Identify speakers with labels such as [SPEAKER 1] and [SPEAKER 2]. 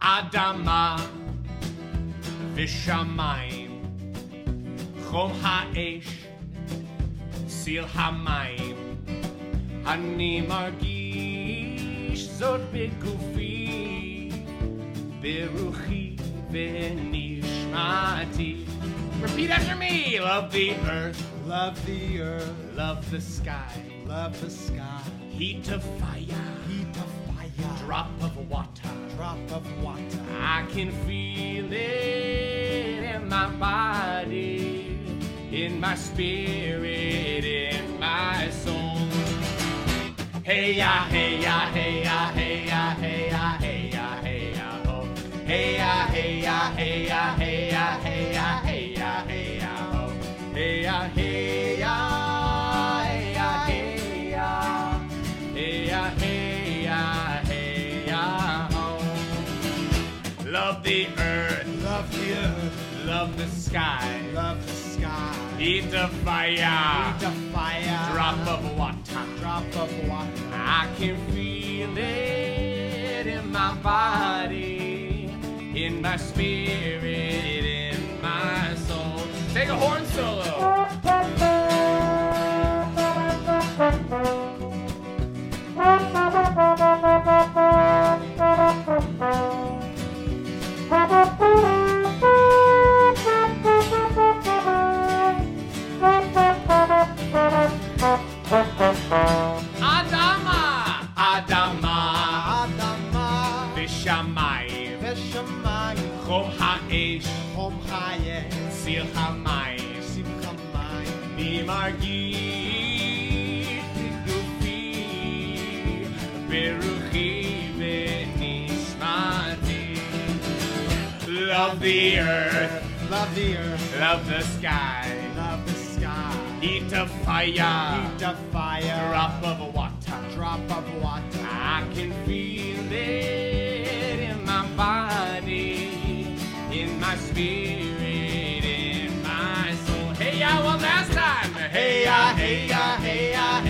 [SPEAKER 1] אדמה ושמיים, חום האש, סיר המים, אני מרגיש זאת בגופי, ברוחי ונשמתי. Repeat after me! Love the earth,
[SPEAKER 2] Love the earth,
[SPEAKER 1] love the sky,
[SPEAKER 2] love the sky,
[SPEAKER 1] heat of fire,
[SPEAKER 2] heat of fire,
[SPEAKER 1] drop of water.
[SPEAKER 2] drop of water.
[SPEAKER 1] I can feel it in my body, in my spirit, in my soul. Hey ya, hey ya, hey ya, hey ya, hey ya, hey ya, hey ya, ho. Hey ya, hey ya, hey ya, hey ya, hey ya, hey ya, hey ya, ho. Hey ya, hey ya, hey ya, hey ya, hey ya, hey ya, hey ya, ho. Love the earth,
[SPEAKER 2] Love the earth,
[SPEAKER 1] love the sky,
[SPEAKER 2] love the sky,
[SPEAKER 1] eat the fire,
[SPEAKER 2] heat of fire,
[SPEAKER 1] drop of water.
[SPEAKER 2] drop of water.
[SPEAKER 1] I can feel it in my body, in my spirit, in my soul. Take a horn solo. Adama, Adama,
[SPEAKER 2] Adama
[SPEAKER 1] Bishamayim,
[SPEAKER 2] ושמיים,
[SPEAKER 1] Chom Ha'esh,
[SPEAKER 2] חום האש,
[SPEAKER 1] Sir Hamayim,
[SPEAKER 2] שמחה מים,
[SPEAKER 1] אני מרגיש בגופי, ברוחי ונשמתי. Love the earth,
[SPEAKER 2] love the earth,
[SPEAKER 1] love the sky,
[SPEAKER 2] love the sky,
[SPEAKER 1] heat of fire,
[SPEAKER 2] heat of fire,
[SPEAKER 1] drop of water.
[SPEAKER 2] drop of water.
[SPEAKER 1] I can feel it in my body, in my spirit, in my soul. Hey, ya, one last time. Hey, ya, hey, ya, hey, ya, hey,